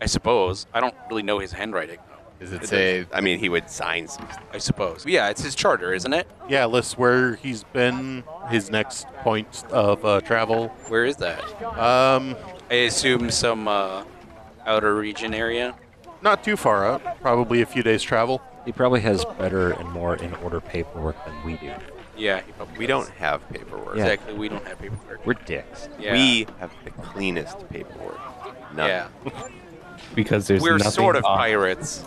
Speaker 5: I suppose. I don't really know his handwriting. though.
Speaker 7: Does it say
Speaker 6: I mean, he would sign some. stuff.
Speaker 5: I suppose. Yeah, it's his charter, isn't it?
Speaker 1: yeah, lists where he's been, his next point of uh, travel.
Speaker 5: Where is that?
Speaker 1: Um,
Speaker 5: I assume some uh, outer region area.
Speaker 1: not too far out, probably a few days' travel.
Speaker 4: He probably has better and more in order paperwork than we do.
Speaker 5: Yeah, he probably
Speaker 6: We
Speaker 5: does.
Speaker 6: don't have paperwork.
Speaker 4: Yeah.
Speaker 5: Exactly. We don't have paperwork.
Speaker 4: We're dicks.
Speaker 5: Yeah.
Speaker 6: We have the cleanest paperwork. None.
Speaker 5: yeah.
Speaker 2: Because there's
Speaker 5: We're
Speaker 2: nothing
Speaker 5: sort of
Speaker 2: on-
Speaker 5: pirates,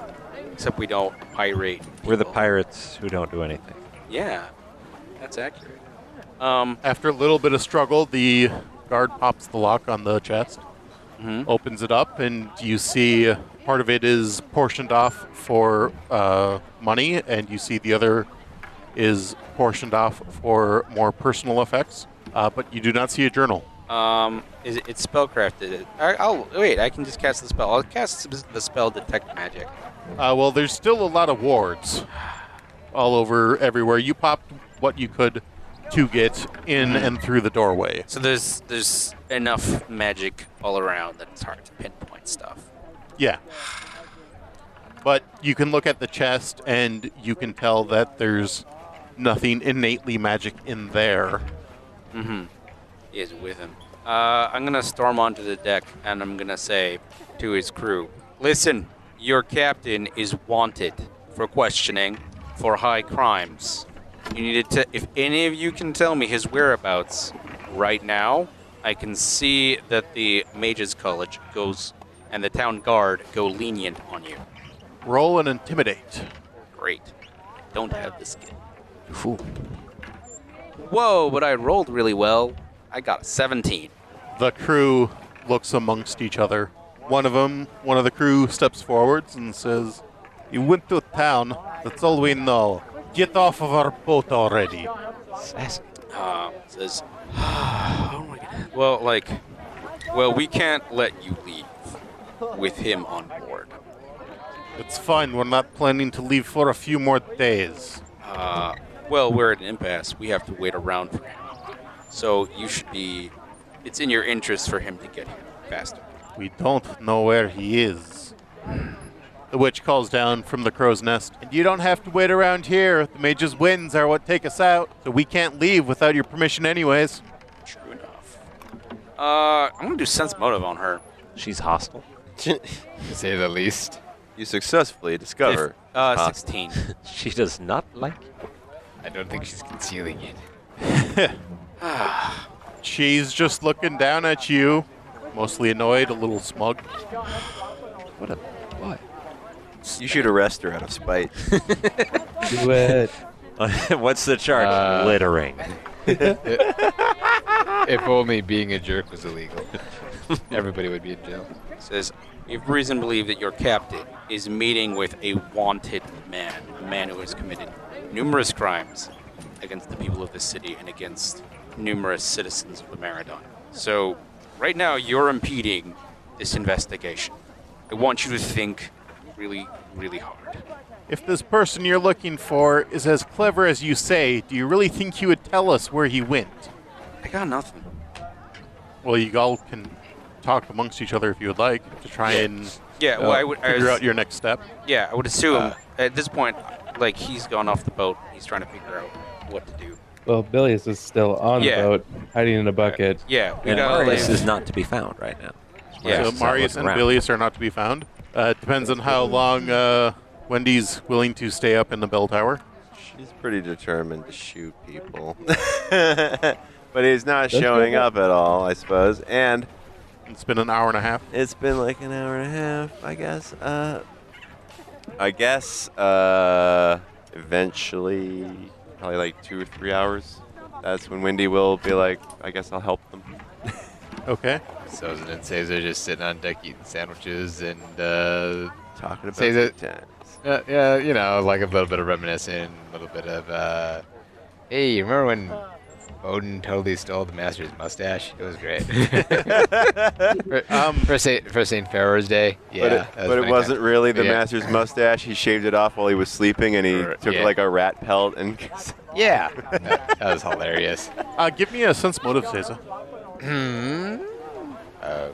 Speaker 5: except we don't pirate.
Speaker 4: We're the
Speaker 5: people.
Speaker 4: pirates who don't do anything.
Speaker 5: Yeah, that's accurate. Um,
Speaker 1: After a little bit of struggle, the guard pops the lock on the chest,
Speaker 5: Mhm.
Speaker 1: opens it up, and you see part of it is portioned off for uh, money, and you see the other is portioned off for more personal effects. Uh, but you do not see a journal.
Speaker 5: Um, is it, it's spellcrafted. I, I'll wait. I can just cast the spell. I'll cast s- the spell detect magic.
Speaker 1: Uh, well, there's still a lot of wards all over everywhere. You popped what you could to get in and through the doorway.
Speaker 5: So there's there's enough magic all around that it's hard to pinpoint stuff.
Speaker 1: Yeah. But you can look at the chest and you can tell that there's nothing innately magic in there.
Speaker 5: He is with him. Uh, I'm gonna storm onto the deck and I'm gonna say to his crew, "Listen, your captain is wanted for questioning for high crimes. You need to. If any of you can tell me his whereabouts right now, I can see that the mages' college goes and the town guard go lenient on you.
Speaker 1: Roll and intimidate.
Speaker 5: Great. I don't have the skin. Whoa! But I rolled really well. I got a 17.
Speaker 1: The crew looks amongst each other. One of them, one of the crew steps forwards and says, You went to town. That's all we know. Get off of our boat already.
Speaker 5: uh, says, oh my God. Well, like, well, we can't let you leave with him on board.
Speaker 1: It's fine. We're not planning to leave for a few more days.
Speaker 5: Uh, well, we're at an impasse. We have to wait around for him. So you should be, it's in your interest for him to get here faster.
Speaker 1: We don't know where he is. The witch calls down from the crow's nest. And you don't have to wait around here. The mage's winds are what take us out, so we can't leave without your permission, anyways.
Speaker 5: True enough. Uh, I'm going to do sense motive on her.
Speaker 4: She's hostile.
Speaker 7: to say the least?
Speaker 6: you successfully discover.
Speaker 5: Uh,
Speaker 6: Hostile.
Speaker 5: 16.
Speaker 4: She does not like you.
Speaker 7: I don't think she's concealing it.
Speaker 1: She's just looking down at you, mostly annoyed, a little smug.
Speaker 4: What a what?
Speaker 6: You should arrest her out of spite.
Speaker 2: Do it.
Speaker 4: What's the charge?
Speaker 7: Uh,
Speaker 4: Littering.
Speaker 7: If only being a jerk was illegal, everybody would be in jail.
Speaker 5: says, We have reason to believe that your captain is meeting with a wanted man, a man who has committed numerous crimes against the people of this city and against numerous citizens of the Maradon. So, right now, you're impeding this investigation. I want you to think really, really hard.
Speaker 1: If this person you're looking for is as clever as you say, do you really think he would tell us where he went?
Speaker 5: I got nothing.
Speaker 1: Well, you all can talk amongst each other if you would like to try and
Speaker 5: Yeah, well,
Speaker 1: uh,
Speaker 5: I would. I
Speaker 1: figure
Speaker 5: was-
Speaker 1: out your Uh, next step.
Speaker 5: yeah, I would assume at this point, like he's gone off the boat. He's trying to figure out what to do.
Speaker 2: Well, Bilius is still on
Speaker 5: Yeah.
Speaker 2: the boat, hiding in a bucket.
Speaker 5: Yeah, we
Speaker 4: And
Speaker 5: gotta
Speaker 4: Marius
Speaker 5: leave.
Speaker 4: is not to be found right now.
Speaker 5: Yeah.
Speaker 1: so
Speaker 4: Marius is out
Speaker 1: Marius
Speaker 4: looking
Speaker 1: and
Speaker 4: around.
Speaker 1: Bilius are not to be found. Uh, it depends on how long uh, Wendy's willing to stay up in the bell tower.
Speaker 6: She's pretty determined to shoot people. but he's not
Speaker 2: That's
Speaker 6: showing
Speaker 2: good.
Speaker 6: up at all, I suppose. And
Speaker 1: It's been an hour and a half.
Speaker 6: it's been like an hour and a half, I guess. Uh, I guess uh, eventually, probably like two or three hours. That's when Wendy will be like, I guess I'll help them.
Speaker 1: Okay.
Speaker 7: Sozin and Caesar just sitting on deck eating sandwiches and uh,
Speaker 6: Talking about
Speaker 7: Say
Speaker 6: good
Speaker 7: that-
Speaker 6: times.
Speaker 7: Uh, yeah, you know, like a little bit of reminiscing, a little bit of, uh, hey, you remember when Odin totally stole the master's mustache? It was great. for, um, for, Saint, for Saint Pharaoh's Day, yeah.
Speaker 6: but it,
Speaker 7: that was
Speaker 6: but it
Speaker 7: my
Speaker 6: wasn't
Speaker 7: time.
Speaker 6: really the
Speaker 7: Yeah.
Speaker 6: master's mustache. He shaved it off while he was sleeping, and he
Speaker 7: Right,
Speaker 6: took
Speaker 7: yeah.
Speaker 6: like a rat pelt and.
Speaker 7: Yeah, that, that was hilarious.
Speaker 1: Uh, give me a sense motive, Caesar.
Speaker 7: Hmm. Uh,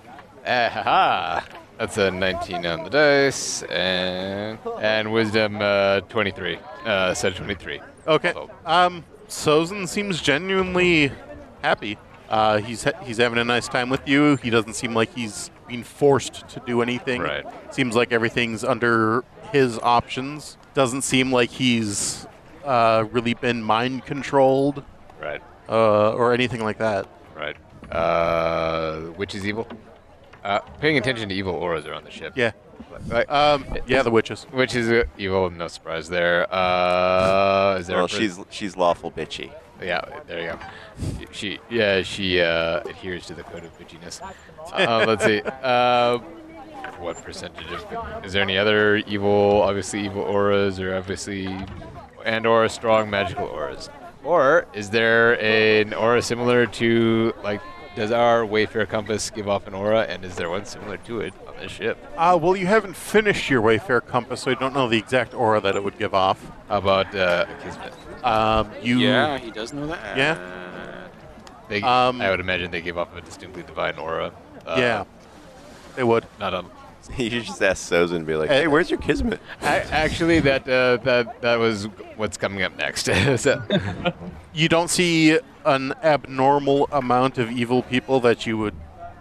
Speaker 7: ah, ha, ha. That's a 19 on the dice, and and wisdom uh, 23. Uh, said 23.
Speaker 1: Okay.
Speaker 7: Although-
Speaker 1: Um, Sozin seems genuinely happy. Uh, he's ha- he's having a nice time with you. He doesn't seem like he's being forced to do anything.
Speaker 7: Right.
Speaker 1: Seems like everything's under his options. Doesn't seem like he's uh, really been mind controlled
Speaker 7: Right.
Speaker 1: uh, or anything like that.
Speaker 7: Right. Uh, which is evil? Uh, paying attention to evil auras are on the ship.
Speaker 1: Yeah.
Speaker 7: Right.
Speaker 1: Um, yeah, the witches.
Speaker 7: Which is uh, evil, no surprise there. Uh, is there a
Speaker 6: Well,
Speaker 7: pers-
Speaker 6: she's she's lawful bitchy.
Speaker 7: Yeah, there you go. She, yeah, she uh, adheres to the code of bitchiness. Uh, let's see. Uh, what percentage of. Is there any other evil, obviously evil auras, or obviously. and or strong magical auras? Or is there an aura similar to, like, does our Wayfair compass give off an aura, and is there one similar to it on this ship?
Speaker 1: Uh, well, you haven't finished your Wayfair compass, so I don't know the exact aura that it would give off.
Speaker 7: How about uh, Kismet?
Speaker 1: Um, you
Speaker 5: yeah, he does know that.
Speaker 1: Yeah.
Speaker 7: They,
Speaker 1: Um,
Speaker 7: I would imagine they give off a distinctly divine aura. Uh,
Speaker 1: Yeah, they would.
Speaker 7: Not on
Speaker 6: you should just ask Sozin and be like,
Speaker 1: Uh,
Speaker 6: "Hey, where's your kismet?"
Speaker 7: I, actually, that uh, that that was what's coming up next. so,
Speaker 1: You don't see an abnormal amount of evil people that you would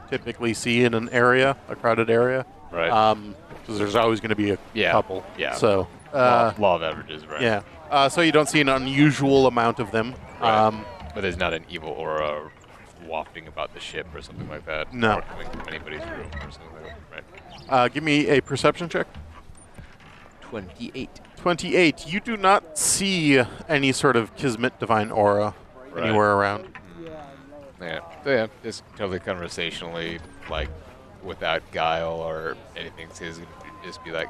Speaker 1: typically see in an area, a crowded area.
Speaker 7: right.
Speaker 1: Um, 'cause there's always going to be a
Speaker 7: Yeah,
Speaker 1: couple.
Speaker 7: yeah.
Speaker 1: So,
Speaker 7: law,
Speaker 1: uh,
Speaker 7: law of averages, right?
Speaker 1: yeah. Uh, so you don't see an unusual amount of them.
Speaker 7: Right.
Speaker 1: Um,
Speaker 7: But there's not an evil aura wafting about the ship or something like that.
Speaker 1: No.
Speaker 7: Or coming from anybody's room or something like that. Right.
Speaker 1: uh, give me a perception check.
Speaker 7: 28.
Speaker 1: 28. You do not see any sort of kismet divine aura
Speaker 7: Right.
Speaker 1: anywhere around.
Speaker 7: Yeah. So, yeah, just totally conversationally, like, without guile or anything. So he's going to just be like,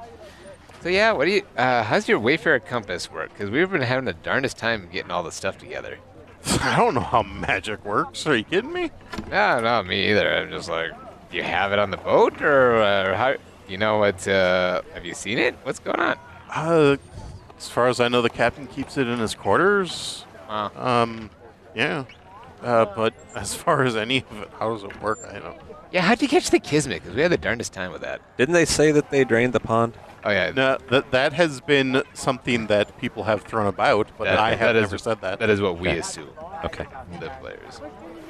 Speaker 7: so yeah, what do you? Uh, how's your Wayfarer compass work? Because we've been having the darndest time getting all this stuff together.
Speaker 1: I don't know how magic works. Are you kidding me?
Speaker 7: No, not me either. I'm just like, do you have it on the boat, or uh, how? You know what? Uh, have you seen it? What's going on?
Speaker 1: Uh, as far as I know, the captain keeps it in his quarters.
Speaker 7: Uh,
Speaker 1: Um, yeah. Uh, but as far as any of it, how does it work? I don't.
Speaker 7: yeah, how'd you catch the kismet? Because we had the darndest time with that.
Speaker 4: Didn't they say that they drained the pond?
Speaker 7: Oh yeah,
Speaker 1: No, that that has been something that people have thrown about, but
Speaker 7: That-
Speaker 1: I
Speaker 7: that
Speaker 1: have
Speaker 7: is-
Speaker 1: never said that.
Speaker 7: that is what we assume.
Speaker 4: Okay.
Speaker 7: The players.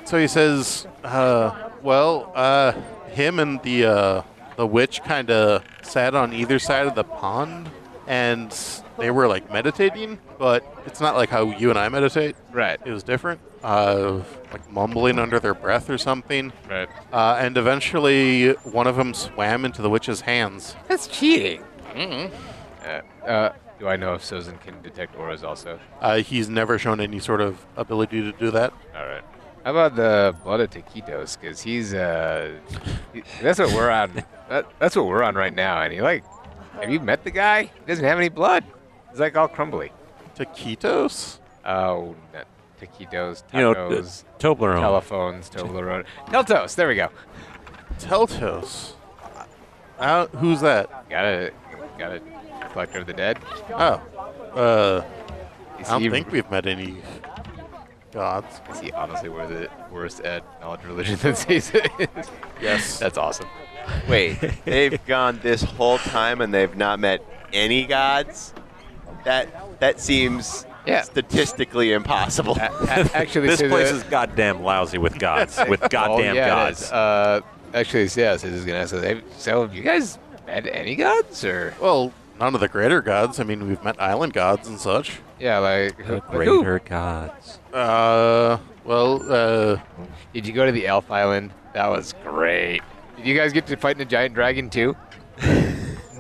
Speaker 1: So he says, uh, well, uh, him and the uh, the witch kind of sat on either side of the pond, and they were like meditating, but it's not like how you and I meditate.
Speaker 7: Right.
Speaker 1: It was different. Uh, like mumbling under their breath or something.
Speaker 7: Right.
Speaker 1: Uh, and eventually, one of them swam into the witch's hands.
Speaker 7: That's cheating. Uh, uh, do I know if Susan can detect auras also?
Speaker 1: Uh, he's never shown any sort of ability to do that.
Speaker 7: All right. How about the blood of taquitos? Because he's uh, he- that's what we're on. that, that's what we're on right now. And he like, have you met the guy? He doesn't have any blood. He's like all crumbly.
Speaker 1: Taquitos?
Speaker 7: Oh, no, taquitos, tacos,
Speaker 4: You know, uh, Toblerone.
Speaker 7: telephones, Toblerone, Teltos. There we go.
Speaker 1: Teltos? Uh, who's that?
Speaker 7: Gotta, gotta collector of the dead.
Speaker 1: Oh. Uh, I
Speaker 7: Is
Speaker 1: don't
Speaker 7: he-
Speaker 1: think we've met any gods.
Speaker 7: Is he honestly one of the worst at knowledge of religion that says
Speaker 1: Yes.
Speaker 7: That's awesome.
Speaker 6: Wait, they've gone this whole time and they've not met any gods. That that seems
Speaker 7: Yeah.
Speaker 6: statistically impossible.
Speaker 7: A- a- actually,
Speaker 4: this
Speaker 7: so
Speaker 4: place
Speaker 7: the-
Speaker 4: is goddamn lousy with gods, with
Speaker 7: oh,
Speaker 4: goddamn
Speaker 7: yeah, it is.
Speaker 4: gods.
Speaker 7: Uh, actually, yeah, so this is gonna ask us. hey, So, have you guys met any gods or?
Speaker 1: Well, none of the greater gods. I mean, we've met island gods and such.
Speaker 7: Yeah, like,
Speaker 4: The
Speaker 7: who- like who?
Speaker 4: greater gods.
Speaker 1: Uh, well, uh,
Speaker 7: Did you go to the Elf Island? That was great. Did you guys get to fight in a giant dragon too?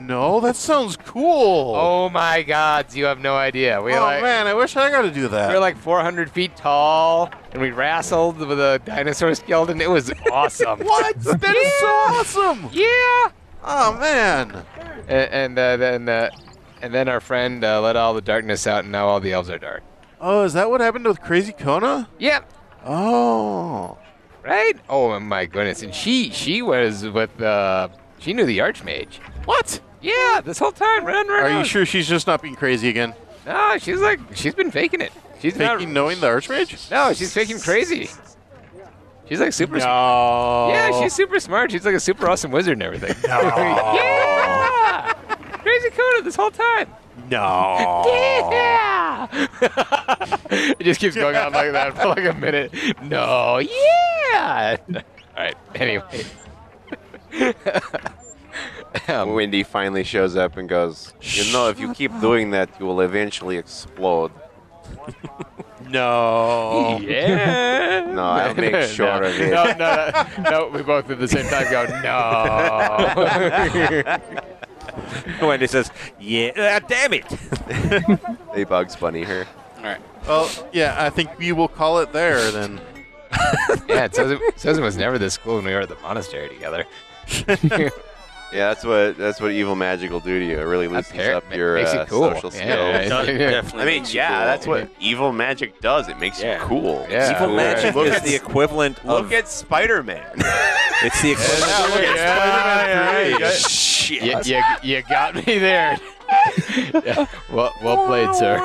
Speaker 1: no, that sounds cool.
Speaker 7: Oh my gods, you have no idea. We
Speaker 1: Oh,
Speaker 7: like
Speaker 1: man, I wish I got to do
Speaker 7: we were
Speaker 1: that.
Speaker 7: like 400 feet tall, and we wrestled with a dinosaur skeleton. It was awesome.
Speaker 1: What? That is so awesome.
Speaker 7: Yeah.
Speaker 1: Oh man.
Speaker 7: And, and uh, then uh, and then our friend uh, let all the darkness out, and now all the elves are dark.
Speaker 1: Oh, is that what happened with Crazy Kona?
Speaker 7: Yep.
Speaker 1: Oh.
Speaker 7: Right? Oh my goodness! And she she was with uh, she knew the archmage.
Speaker 1: What?
Speaker 7: Yeah, this whole time, run, run.
Speaker 1: Are you
Speaker 7: run.
Speaker 1: sure she's just not being crazy again?
Speaker 7: No, she's like she's been faking it. She's not
Speaker 1: Faking knowing the Archmage?
Speaker 7: No, she's faking crazy. She's like super. sm-
Speaker 1: No.
Speaker 6: Oh.
Speaker 7: Yeah, she's super smart. She's like a super awesome wizard and everything.
Speaker 1: Oh.
Speaker 7: yeah! Crazy Kona this whole time.
Speaker 1: No.
Speaker 7: Yeah! it just keeps going on like that for like a minute. No, yeah! All right, anyway. um,
Speaker 6: Wendy finally shows up and goes, "You know, if you keep doing that, you will eventually explode."
Speaker 1: No.
Speaker 7: yeah!
Speaker 6: No, I'll Oh. make sure
Speaker 7: no,
Speaker 6: of it.
Speaker 7: No, no, no, no, we both at the same time go, no.
Speaker 4: Wendy says, "Yeah, ah, damn it."
Speaker 6: They Bugs Bunny her.
Speaker 5: All right.
Speaker 1: Well, yeah, I think we will call it there then.
Speaker 7: yeah, Susan, Susan was never this cool when we were at the monastery together.
Speaker 6: Yeah, that's what that's what evil magic will do to you. It really loosens
Speaker 7: Appar-
Speaker 6: up your
Speaker 7: makes
Speaker 6: uh,
Speaker 7: it cool.
Speaker 6: social
Speaker 7: Yeah.
Speaker 6: skills.
Speaker 5: Done.
Speaker 7: Yeah.
Speaker 5: Definitely.
Speaker 6: I mean,
Speaker 5: makes you
Speaker 6: yeah,
Speaker 5: cool.
Speaker 6: that's what evil magic does. It makes
Speaker 4: Yeah.
Speaker 6: you cool.
Speaker 7: Yeah.
Speaker 4: Evil
Speaker 7: Cool.
Speaker 4: magic
Speaker 6: Look
Speaker 4: is
Speaker 6: at-
Speaker 4: the equivalent
Speaker 6: Look
Speaker 4: of
Speaker 6: at Spider-Man.
Speaker 4: it's the equivalent.
Speaker 7: Yeah, yeah, yeah, yeah.
Speaker 5: Shit.
Speaker 7: You, you, you got me there. Yeah, Well, well played, sir.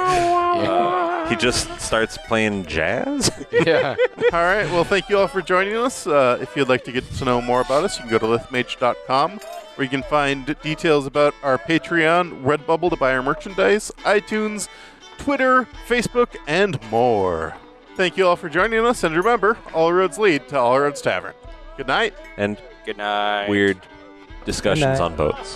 Speaker 7: Yeah.
Speaker 4: he just starts playing jazz.
Speaker 7: Yeah.
Speaker 1: All right. Well, thank you all for joining us. Uh, if you'd like to get to know more about us, you can go to lithmage.com where you can find details about our Patreon, Redbubble to buy our merchandise, iTunes, Twitter, Facebook, and more. Thank you all for joining us, and remember, all roads lead to All Roads Tavern. Good night.
Speaker 4: and
Speaker 5: Good night.
Speaker 4: weird discussions on boats.